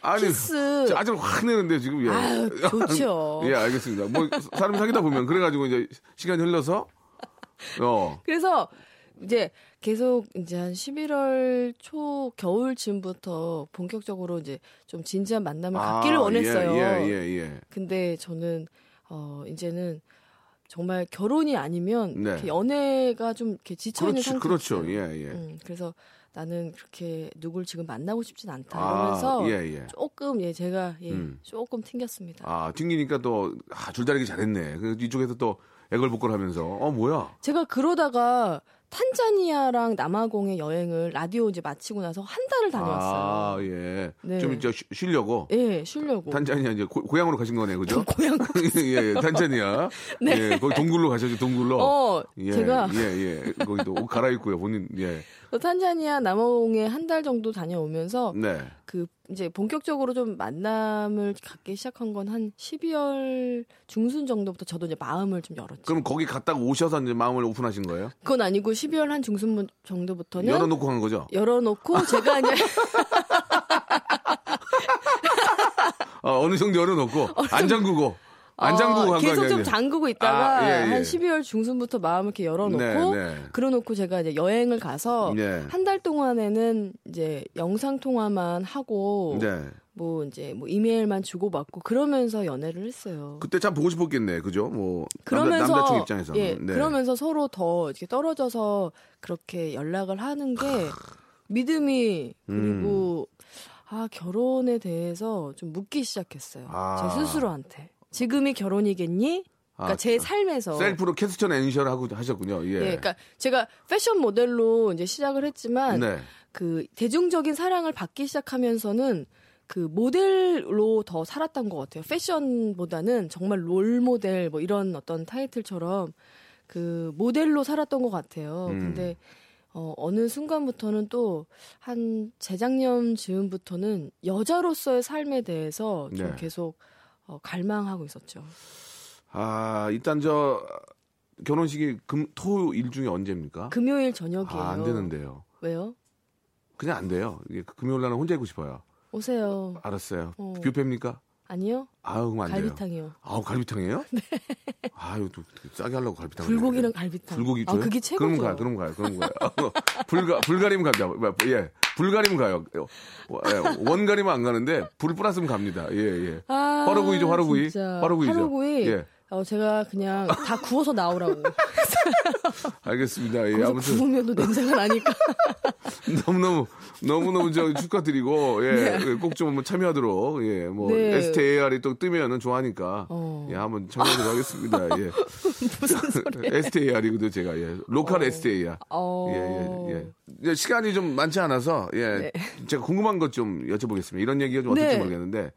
Speaker 3: 아니
Speaker 4: 키스
Speaker 3: 아직 확 내는데 지금 예.
Speaker 4: 아유 좋죠.
Speaker 3: <laughs> 예, 알겠습니다. 뭐 사람 사귀다 보면 그래가지고 이제 시간이 흘러서 어,
Speaker 4: 그래서 이제 계속 이제 한 11월 초 겨울쯤부터 본격적으로 이제 좀 진지한 만남을 갖기를
Speaker 3: 아,
Speaker 4: 원했어요.
Speaker 3: 예, 예, 예, 예.
Speaker 4: 근데 저는 어 이제는 정말 결혼이 아니면
Speaker 3: 네.
Speaker 4: 이렇게 연애가 좀 이렇게 지쳐 있는
Speaker 3: 그렇죠,
Speaker 4: 상태.
Speaker 3: 그렇죠. 예, 예.
Speaker 4: 음, 그래서 나는 그렇게 누굴 지금 만나고 싶진 않다.
Speaker 3: 아,
Speaker 4: 그러면서
Speaker 3: 예, 예.
Speaker 4: 조금 예 제가 예
Speaker 3: 음.
Speaker 4: 조금 튕겼습니다.
Speaker 3: 아, 튕기니까 또 아, 줄다리기 잘했네. 그 이쪽에서 또 애걸복걸하면서 어 뭐야?
Speaker 4: 제가 그러다가 탄자니아랑 남아공의 여행을 라디오 이제 마치고 나서 한 달을
Speaker 3: 아,
Speaker 4: 다녀왔어요.
Speaker 3: 예.
Speaker 4: 네.
Speaker 3: 좀 이제 쉬- 쉬려고.
Speaker 4: 예, 쉬려고. <laughs>
Speaker 3: 탄자니아 이제 고, 고향으로 가신 거네, 그죠?
Speaker 4: 고향.
Speaker 3: <laughs> 예, 예, 탄자니아.
Speaker 4: 네.
Speaker 3: 예, 거기 동굴로 가셨죠, 동굴로.
Speaker 4: 어,
Speaker 3: 예,
Speaker 4: 제가
Speaker 3: 예, 예. 거기도 옷 갈아입고요, 본인, 예.
Speaker 4: 탄자니아 남아공에 한 달 정도 다녀오면서
Speaker 3: 네.
Speaker 4: 그 이제 본격적으로 좀 만남을 갖기 시작한 건 한 12월 중순 정도부터 저도 이제 마음을 좀 열었죠.
Speaker 3: 그럼 거기 갔다가 오셔서 이제 마음을 오픈하신 거예요?
Speaker 4: 그건 아니고 12월 한 중순 정도부터는 예.
Speaker 3: 열어놓고 간 거죠?
Speaker 4: 열어놓고 제가 이제
Speaker 3: 어, 어느 정도
Speaker 4: <laughs>
Speaker 3: 열어놓고 안 잠그고 <laughs> 안 잠그고
Speaker 4: 어,
Speaker 3: 간거 아니에요?
Speaker 4: 계속 좀 잠그고 있다가
Speaker 3: 아, 예, 예.
Speaker 4: 한 12월 중순부터 마음을 이렇게 열어놓고
Speaker 3: 네, 네.
Speaker 4: 그러놓고 제가 이제 여행을 가서
Speaker 3: 네.
Speaker 4: 한 달 동안에는 이제 영상 통화만 하고
Speaker 3: 네.
Speaker 4: 뭐 이제 뭐 이메일만 주고받고 그러면서 연애를 했어요.
Speaker 3: 그때 참 보고 싶었겠네, 그죠? 뭐
Speaker 4: 그러면서
Speaker 3: 남자, 남자친 입장에서는 네.
Speaker 4: 예, 그러면서 서로 더 이렇게 떨어져서 그렇게 연락을 하는 게
Speaker 3: 아.
Speaker 4: 믿음이 그리고 아 결혼에 대해서 좀 묻기 시작했어요.
Speaker 3: 아.
Speaker 4: 제 스스로한테 지금이 결혼이겠니? 그러니까
Speaker 3: 아,
Speaker 4: 제 삶에서
Speaker 3: 셀프로 캐스천 애니셜 하고 하셨군요. 예.
Speaker 4: 예, 그러니까 제가 패션 모델로 이제 시작을 했지만
Speaker 3: 네.
Speaker 4: 그 대중적인 사랑을 받기 시작하면서는 그 모델로 더 살았던 것 같아요. 패션보다는 정말 롤 모델 뭐 이런 어떤 타이틀처럼 그 모델로 살았던 것 같아요.
Speaker 3: 음.
Speaker 4: 근데 어, 어느 순간부터는 또 한 재작년 즈음부터는 여자로서의 삶에 대해서 좀
Speaker 3: 네.
Speaker 4: 계속 어, 갈망하고 있었죠.
Speaker 3: 아, 일단 저 결혼식이 금, 토, 일 중에 언제입니까?
Speaker 4: 금요일 저녁이에요.
Speaker 3: 아, 안 되는데요.
Speaker 4: 왜요?
Speaker 3: 그냥 안 돼요. 이게 금요일 날은 혼자 있고 싶어요.
Speaker 4: 오세요.
Speaker 3: 알았어요.
Speaker 4: 어.
Speaker 3: 뷔페입니까?
Speaker 4: 아니요?
Speaker 3: 아유, 그럼 안 돼요.
Speaker 4: 갈비탕이요.
Speaker 3: 아우,
Speaker 4: <laughs>
Speaker 3: 갈비탕이에요? 네. 아유, 또 싸게 하려고 갈비탕.
Speaker 4: 불고기랑 갈비탕.
Speaker 3: 불고기
Speaker 4: 아,
Speaker 3: 줘요?
Speaker 4: 그게
Speaker 3: 그럼
Speaker 4: 최고죠.
Speaker 3: 가요, 그럼 가요, <laughs> 그럼 가요. 불가, 불가리면 갑니다. 뭐, 예. 불가리면 가요. 어, 예, 원가리면 안 가는데, 불 뿌렸으면 갑니다. 예, 예.
Speaker 4: 아,
Speaker 3: 화로구이죠, 화로구이.
Speaker 4: 진짜.
Speaker 3: 화로구이죠.
Speaker 4: 화로구이.
Speaker 3: 예.
Speaker 4: 어, 제가 그냥 다
Speaker 3: <laughs>
Speaker 4: 구워서 나오라고.
Speaker 3: 알겠습니다. 예,
Speaker 4: 그래서
Speaker 3: 아무튼.
Speaker 4: 구우면 또 냄새가 나니까. <laughs>
Speaker 3: <laughs> 너무너무 너무너무 저 축하드리고 예꼭좀 참여하도록 예뭐
Speaker 4: 네.
Speaker 3: STAR이 또 뜨면은 좋아하니까
Speaker 4: 어.
Speaker 3: 예 한번 참여하도록 하겠습니다
Speaker 4: <laughs>
Speaker 3: <laughs> 예
Speaker 4: 무슨 소리야.
Speaker 3: STAR이거든 제가 예 로컬 STAR
Speaker 4: 어.
Speaker 3: 예예예 시간이 좀 많지 않아서 예 제가 궁금한 것 좀 여쭤보겠습니다 이런 얘기가 좀 어떨지
Speaker 4: 네.
Speaker 3: 모르겠는데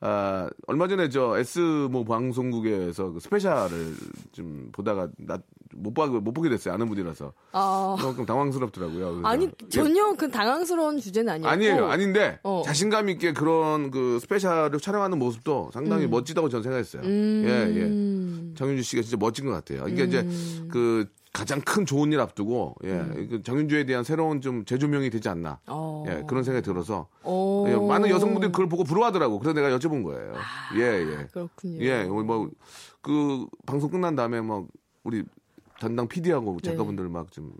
Speaker 3: 아 얼마 전에 저 S 모 방송국에서 그 스페셜을 좀 보다가 나못 보게 못 보게 됐어요 아는 분이라서
Speaker 4: 아,
Speaker 3: 조금 당황스럽더라고요 그래서
Speaker 4: 아니,
Speaker 3: 예.
Speaker 4: 전혀 그 당황스러운 주제는 아니었고.
Speaker 3: 아니에요. 아닌데
Speaker 4: 뭐 어.
Speaker 3: 자신감 있게 그런 그 스페셜을 촬영하는 모습도 상당히 멋지다고 저는 생각했어요. 예, 예.
Speaker 4: 음.
Speaker 3: 장윤주 씨가 진짜 멋진 것 같아요. 이게 이제 그 가장 큰 좋은 일 앞두고 예, 그 장윤주에 대한 새로운 좀 재조명이 되지 않나.
Speaker 4: 음. 어.
Speaker 3: 예, 그런 생각이 들어서
Speaker 4: 어.
Speaker 3: 예, 많은 여성분들이 그걸 보고 부러워하더라고. 그래서 내가 여쭤본 거예요. 예, 예.
Speaker 4: 아, 그렇군요.
Speaker 3: 예, 오늘 뭐그 방송 끝난 다음에 막 우리 담당 PD하고
Speaker 4: 네.
Speaker 3: 작가분들 막 좀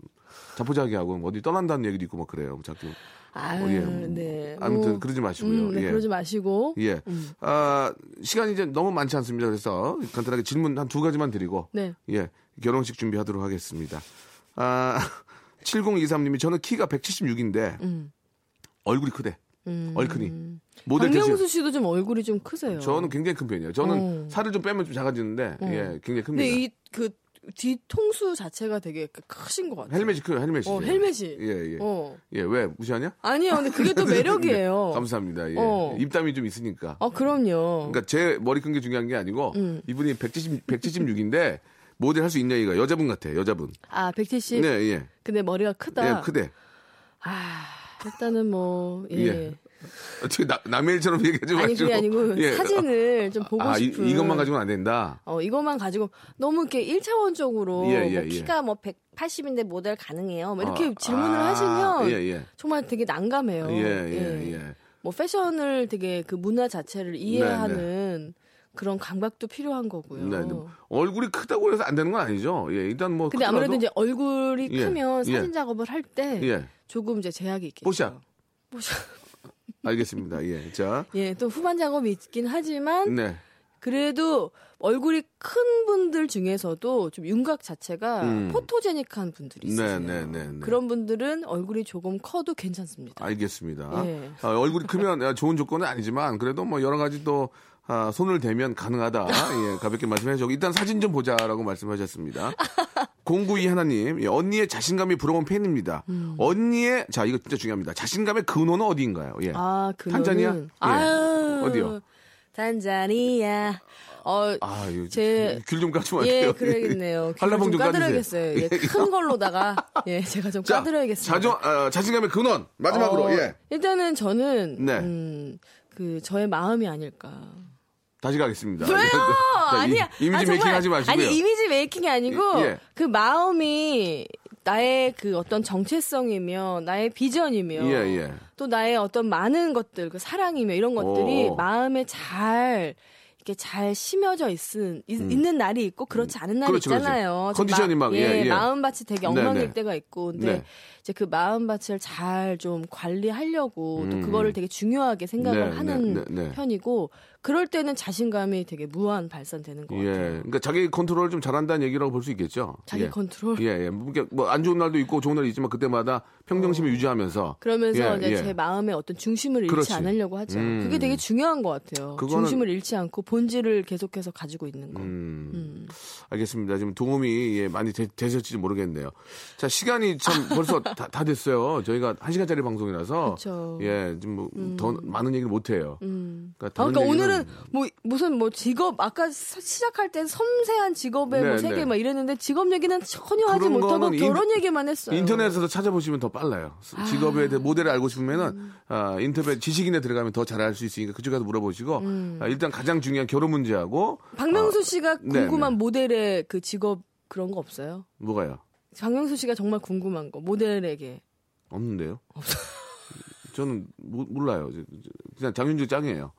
Speaker 3: 자포자기하고 어디 떠난다는 얘기도 있고 막 그래요. 자꾸
Speaker 4: 아유,
Speaker 3: 어, 예.
Speaker 4: 네.
Speaker 3: 아무튼
Speaker 4: 뭐,
Speaker 3: 그러지 마시고요.
Speaker 4: 음, 네,
Speaker 3: 예.
Speaker 4: 그러지 마시고.
Speaker 3: 예. 아, 시간이 이제 너무 많지 않습니다. 그래서 간단하게 질문 한 두 가지만 드리고
Speaker 4: 네.
Speaker 3: 예. 결혼식 준비하도록 하겠습니다. 아, <laughs> 7023님이 저는 키가 176인데
Speaker 4: 음.
Speaker 3: 얼굴이 크대.
Speaker 4: 음.
Speaker 3: 얼큰이. 모델 대신
Speaker 4: 박명수 씨도 좀 얼굴이 좀 크세요.
Speaker 3: 저는 굉장히 큰 편이에요. 저는
Speaker 4: 어.
Speaker 3: 살을 좀 빼면 좀 작아지는데 예, 굉장히 큽니다.
Speaker 4: 근데 이 그 뒤통수 자체가 되게 크신 것 같아요.
Speaker 3: 헬멧이 커요. 헬멧이.
Speaker 4: 어, 헬멧이.
Speaker 3: 예, 예.
Speaker 4: 어.
Speaker 3: 예, 왜 무시하냐?
Speaker 4: 아니요, 근데
Speaker 3: <laughs>
Speaker 4: 그게 또
Speaker 3: 예,
Speaker 4: 매력이에요.
Speaker 3: 감사합니다. 예.
Speaker 4: 어.
Speaker 3: 입담이 좀 있으니까.
Speaker 4: 아, 그럼요.
Speaker 3: 그러니까 제 머리 큰 게 중요한 게 아니고
Speaker 4: 음.
Speaker 3: 이분이 170, 176인데 <laughs> 모델 할 수 있냐 이거 여자분 같아 여자분.
Speaker 4: 아, 170.
Speaker 3: 네, 예.
Speaker 4: 근데 머리가 크다.
Speaker 3: 예, 크대.
Speaker 4: 아, 일단은 뭐, 예.
Speaker 3: 예. 어떻게 나- 남의 일처럼 얘기하지 마시고.
Speaker 4: 아니, 그게 아니고,
Speaker 3: <laughs> 예.
Speaker 4: 사진을 좀 보고
Speaker 3: 아, 이,
Speaker 4: 싶은.
Speaker 3: 이것만 가지고는 안 된다.
Speaker 4: 어, 이것만 가지고 너무 이렇게 일차원적으로
Speaker 3: 예, 예, 예.
Speaker 4: 키가 뭐 180인데 모델 가능해요. 뭐 이렇게
Speaker 3: 어,
Speaker 4: 질문을
Speaker 3: 아,
Speaker 4: 하시면 어,
Speaker 3: 예, 예.
Speaker 4: 정말 되게 난감해요.
Speaker 3: 예, 예, 예.
Speaker 4: 뭐 패션을 되게 그 문화 자체를 이해하는 그런 감각도 필요한 거고요.
Speaker 3: 네, 네. 얼굴이 크다고 해서 안 되는 건 아니죠. 예, 일단 뭐.
Speaker 4: 근데 아무래도
Speaker 3: 크더라도-
Speaker 4: 이제 얼굴이
Speaker 3: 예,
Speaker 4: 크면
Speaker 3: 예.
Speaker 4: 사진 작업을 할 때
Speaker 3: 예,
Speaker 4: 조금 이제 제약이 있겠죠.
Speaker 3: 뽀샵.
Speaker 4: 뽀샵.
Speaker 3: 알겠습니다. 예, 자,
Speaker 4: 예, 또 후반 작업이 있긴 하지만
Speaker 3: 네,
Speaker 4: 그래도 얼굴이 큰 분들 중에서도 좀 윤곽 자체가
Speaker 3: 음.
Speaker 4: 포토제닉한 분들이
Speaker 3: 네,
Speaker 4: 있으세요.
Speaker 3: 네, 네, 네.
Speaker 4: 그런 분들은 얼굴이 조금 커도 괜찮습니다.
Speaker 3: 알겠습니다.
Speaker 4: 예.
Speaker 3: 아, 얼굴이 크면 좋은 조건은 아니지만 그래도 뭐 여러 가지 또 아, 손을 대면 가능하다. 예, 가볍게 말씀해 주고 일단 사진 좀 보자라고 말씀하셨습니다. 092 하나님, 예, 언니의 자신감이 부러운 팬입니다.
Speaker 4: 음.
Speaker 3: 언니의 자 이거 진짜 중요합니다. 자신감의 근원은 어디인가요? 예.
Speaker 4: 아, 그
Speaker 3: 탄자니아? 예.
Speaker 4: 아유,
Speaker 3: 어디요?
Speaker 4: 탄자니아. 어,
Speaker 3: 아, 이거
Speaker 4: 제-
Speaker 3: 귤좀 까지 마세요.
Speaker 4: 예, 그래야겠네요.
Speaker 3: 한라봉
Speaker 4: 좀
Speaker 3: 좀
Speaker 4: 까드려야겠어요.
Speaker 3: <laughs>
Speaker 4: 예,
Speaker 3: 까주세요.
Speaker 4: 큰 걸로다가 예, 제가 좀
Speaker 3: <laughs> 자,
Speaker 4: 까드려야겠어요.
Speaker 3: 자존 아, 자신감의 근원 마지막으로
Speaker 4: 어,
Speaker 3: 예.
Speaker 4: 일단은 저는
Speaker 3: 네.
Speaker 4: 음, 그 저의 마음이 아닐까.
Speaker 3: 다시 가겠습니다.
Speaker 4: 왜요?
Speaker 3: <laughs> 자, 이-
Speaker 4: 아니야.
Speaker 3: 이미지
Speaker 4: 아, 정말.
Speaker 3: 메이킹 하지 마시고요.
Speaker 4: 아니 이미지 메이킹이 아니고
Speaker 3: 이- 예.
Speaker 4: 그 마음이 나의 그 어떤 정체성이며 나의 비전이며
Speaker 3: 예, 예.
Speaker 4: 또 나의 어떤 많은 것들 그 사랑이며 이런 것들이
Speaker 3: 오.
Speaker 4: 마음에 잘 이렇게 잘 심어져 있은 있- 있는 날이 있고 그렇지 않은
Speaker 3: 음.
Speaker 4: 날이
Speaker 3: 그렇죠, 그렇지, 그렇지.
Speaker 4: 있잖아요. 좀
Speaker 3: 컨디션이 막, 예, 예.
Speaker 4: 마음밭이 되게 엉망일
Speaker 3: 네, 네.
Speaker 4: 때가 있고 근데
Speaker 3: 네.
Speaker 4: 이제 그 마음밭을 잘 좀 관리하려고 또
Speaker 3: 음,
Speaker 4: 그거를
Speaker 3: 음.
Speaker 4: 되게 중요하게 생각을
Speaker 3: 네, 네,
Speaker 4: 하는
Speaker 3: 네, 네.
Speaker 4: 편이고 그럴 때는 자신감이 되게 무한 발산되는 것
Speaker 3: 예.
Speaker 4: 같아요.
Speaker 3: 그러니까 자기 컨트롤 좀 잘한다는 얘기라고 볼 수 있겠죠.
Speaker 4: 자기
Speaker 3: 예.
Speaker 4: 컨트롤.
Speaker 3: 예, 예. 뭐 안 좋은 날도 있고 좋은 날이 있지만 그때마다 평정심을 유지하면서
Speaker 4: 어. 그러면서
Speaker 3: 예,
Speaker 4: 이제
Speaker 3: 예.
Speaker 4: 제 마음의 어떤 중심을 잃지
Speaker 3: 그렇지.
Speaker 4: 않으려고 하죠.
Speaker 3: 음.
Speaker 4: 그게 되게 중요한 것 같아요.
Speaker 3: 그거는-
Speaker 4: 중심을 잃지 않고 본질을 계속해서 가지고 있는 거.
Speaker 3: 음, 알겠습니다. 지금 도움이 예, 많이 되, 되셨지 모르겠네요. 자, 시간이 참
Speaker 4: <laughs>
Speaker 3: 벌써 다, 다 됐어요. 저희가 한 시간짜리 방송이라서
Speaker 4: 그쵸.
Speaker 3: 예, 지금 뭐더 많은 얘기를 못 해요.
Speaker 4: 음.
Speaker 3: 그러니까
Speaker 4: 아,
Speaker 3: 다른
Speaker 4: 그러니까
Speaker 3: 얘기는
Speaker 4: 오늘은 저는 뭐 무슨 뭐 직업 아까 서- 시작할 때 섬세한 직업의
Speaker 3: 네,
Speaker 4: 뭐 세계
Speaker 3: 네.
Speaker 4: 막 이랬는데 직업 얘기는 전혀 하지
Speaker 3: 그런
Speaker 4: 못하고
Speaker 3: 거는 인-
Speaker 4: 결혼 얘기만 했어요.
Speaker 3: 인터넷에서 찾아보시면 더 빨라요. 직업에 대해 모델을 알고 싶으면은
Speaker 4: 음.
Speaker 3: 아, 인터넷 지식인에 들어가면 더 잘 알 수 있으니까 그쪽에 가서 물어보시고 아, 일단 가장 중요한 결혼 문제하고
Speaker 4: 음. 박명수 씨가
Speaker 3: 네,
Speaker 4: 궁금한 모델의 그 직업 그런 거 없어요?
Speaker 3: 뭐가요?
Speaker 4: 박명수 씨가 정말 궁금한 거 모델에게
Speaker 3: 없는데요. 저는 모- 몰라요. 저- 저- 그냥 장윤주 짱이에요.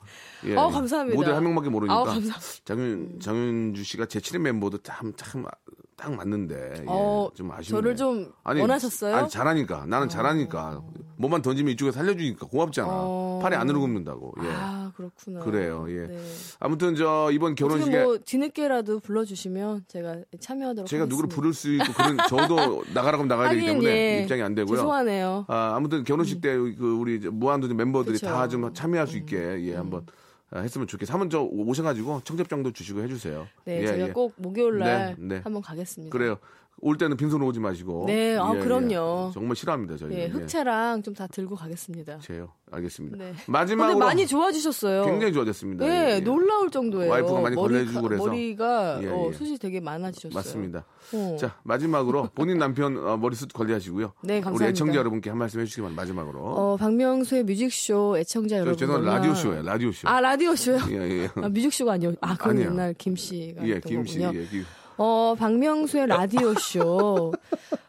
Speaker 3: 예.
Speaker 4: 어, 감사합니다.
Speaker 3: 모델 한 명밖에 모르니까.
Speaker 4: 아우, 감사합니다. 음.
Speaker 3: 장윤 장윤주 씨가 제 7인 멤버도 참참딱 맞는데 예,
Speaker 4: 어,
Speaker 3: 좀 아쉽네요.
Speaker 4: 저를 좀
Speaker 3: 아니,
Speaker 4: 원하셨어요?
Speaker 3: 아니 잘하니까 나는 잘하니까 몸만 던지면 이쪽에 살려주니까 고맙잖아.
Speaker 4: 어.
Speaker 3: 팔이 안으로 굽는다고. 예.
Speaker 4: 아, 그렇구나.
Speaker 3: 그래요, 예.
Speaker 4: 네.
Speaker 3: 아무튼 저 이번
Speaker 4: 어떻게
Speaker 3: 결혼식에
Speaker 4: 뭐 뒤늦게라도 불러주시면 제가 참여하도록
Speaker 3: 제가 누구를
Speaker 4: 하겠습니다.
Speaker 3: 부를 수 있고 그런 저도 나가라고 하면 나가야 되기
Speaker 4: 하긴,
Speaker 3: 때문에
Speaker 4: 예.
Speaker 3: 입장이 안 되고요.
Speaker 4: 죄송하네요.
Speaker 3: 아, 아무튼 결혼식 때 그 우리 이제 무한도전 멤버들이
Speaker 4: 그쵸. 음.
Speaker 3: 다 좀 참여할 수 있게 예 한번 아, 했으면 좋겠어요. 한번 저 오셔가지고 청첩장도 주시고 해주세요.
Speaker 4: 네,
Speaker 3: 예,
Speaker 4: 제가
Speaker 3: 예.
Speaker 4: 꼭 목요일 날
Speaker 3: 네, 네.
Speaker 4: 한번 가겠습니다.
Speaker 3: 그래요. 올 때는 빈손으로 오지 마시고. 예,
Speaker 4: 네, 아, 그럼요.
Speaker 3: 정말 싫어합니다 저희.
Speaker 4: 예, 흑채랑 좀 다 들고 가겠습니다.
Speaker 3: 제요. 알겠습니다.
Speaker 4: 네. 근데
Speaker 3: 마지막으로
Speaker 4: 많이 좋아지셨어요.
Speaker 3: 굉장히 좋아졌습니다.
Speaker 4: 예,
Speaker 3: 예, 예.
Speaker 4: 놀라울 정도예요.
Speaker 3: 와이프가 많이
Speaker 4: 머리
Speaker 3: 걸레주고
Speaker 4: 가-
Speaker 3: 그래서.
Speaker 4: 머리가
Speaker 3: 예,
Speaker 4: 어,
Speaker 3: 예.
Speaker 4: 숱이 되게 많아지셨어요.
Speaker 3: 맞습니다.
Speaker 4: 어.
Speaker 3: 자 마지막으로 본인 남편 어, 머리숱 관리하시고요.
Speaker 4: 네,
Speaker 3: 우리
Speaker 4: 감사합니다.
Speaker 3: 애청자 여러분께 한 말씀 해주시기 바랍니다. 마지막으로.
Speaker 4: 어, 박명수의 뮤직쇼 애청자
Speaker 3: 저,
Speaker 4: 여러분.
Speaker 3: 죄송한
Speaker 4: 얼마나-
Speaker 3: 라디오 쇼예요. 라디오 쇼.
Speaker 4: 아, 라디오 쇼요?
Speaker 3: 예, 예.
Speaker 4: 아, 뮤직쇼가 아니요. 아, 그건
Speaker 3: 아니에요.
Speaker 4: 옛날 김 씨가
Speaker 3: 예,
Speaker 4: 했던
Speaker 3: 김씨.
Speaker 4: 거군요.
Speaker 3: 예, 김-
Speaker 4: 어, 박명수의 라디오쇼.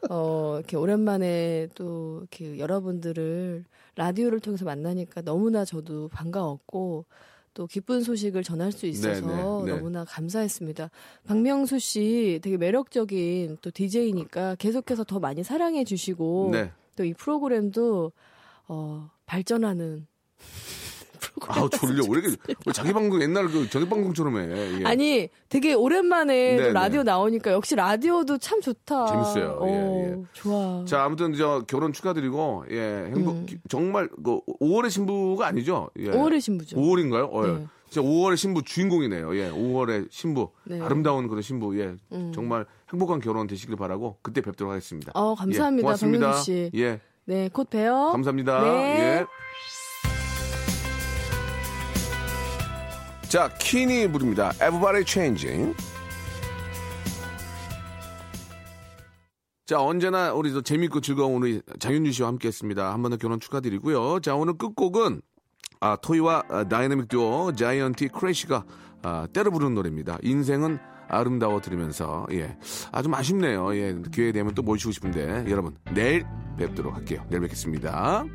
Speaker 4: 어, 이렇게 오랜만에 또 이렇게 여러분들을 라디오를 통해서 만나니까 너무나 저도 반가웠고 또 기쁜 소식을 전할 수
Speaker 3: 네,
Speaker 4: 있어서
Speaker 3: 네, 네.
Speaker 4: 너무나 감사했습니다. 박명수 씨 되게 매력적인 또 DJ니까 계속해서 더 많이 사랑해 주시고
Speaker 3: 네.
Speaker 4: 또 이 프로그램도 어, 발전하는 프로그램.
Speaker 3: 아우 졸려. 왜 이렇게 왜 자기 방송 옛날 그 저녁 방송처럼 해. 예.
Speaker 4: 아니 되게 오랜만에
Speaker 3: 네,
Speaker 4: 또 라디오 나오니까 역시 라디오도 참 좋다.
Speaker 3: 재밌어요. 예,
Speaker 4: 어,
Speaker 3: 예.
Speaker 4: 좋아.
Speaker 3: 자, 아무튼 저 결혼 축하드리고 예, 행복
Speaker 4: 음.
Speaker 3: 정말 그 5월의 신부가 아니죠? 예.
Speaker 4: 5월의 신부죠.
Speaker 3: 5월인가요? 어, 예.
Speaker 4: 네.
Speaker 3: 진짜 5월의 신부 주인공이네요. 예. 5월의 신부.
Speaker 4: 네. 음.
Speaker 3: 아름다운 그런 신부. 예. 정말 행복한 결혼 되시길 바라고 그때 뵙도록 하겠습니다.
Speaker 4: 어, 감사합니다,
Speaker 3: 예, 고맙습니다.
Speaker 4: 박명수 씨.
Speaker 3: 예.
Speaker 4: 네, 곧 봬요.
Speaker 3: 감사합니다.
Speaker 4: 네.
Speaker 3: 예. 자, 키니 부릅니다. Everybody Changing. 자, 언제나 우리 저 재밌고 즐거운 우리 장윤주 씨와 함께 했습니다. 한 번 더 결혼 축하드리고요. 자, 오늘 끝곡은 아, 토이와 아, 다이내믹 듀오 자이언티 크래쉬가 아, 때려 부르는 노래입니다. 인생은 아름다워 들으면서 예. 아, 좀 아쉽네요. 예. 기회 되면 또 모시고 싶은데 여러분, 내일 뵙도록 할게요. 내일 뵙겠습니다.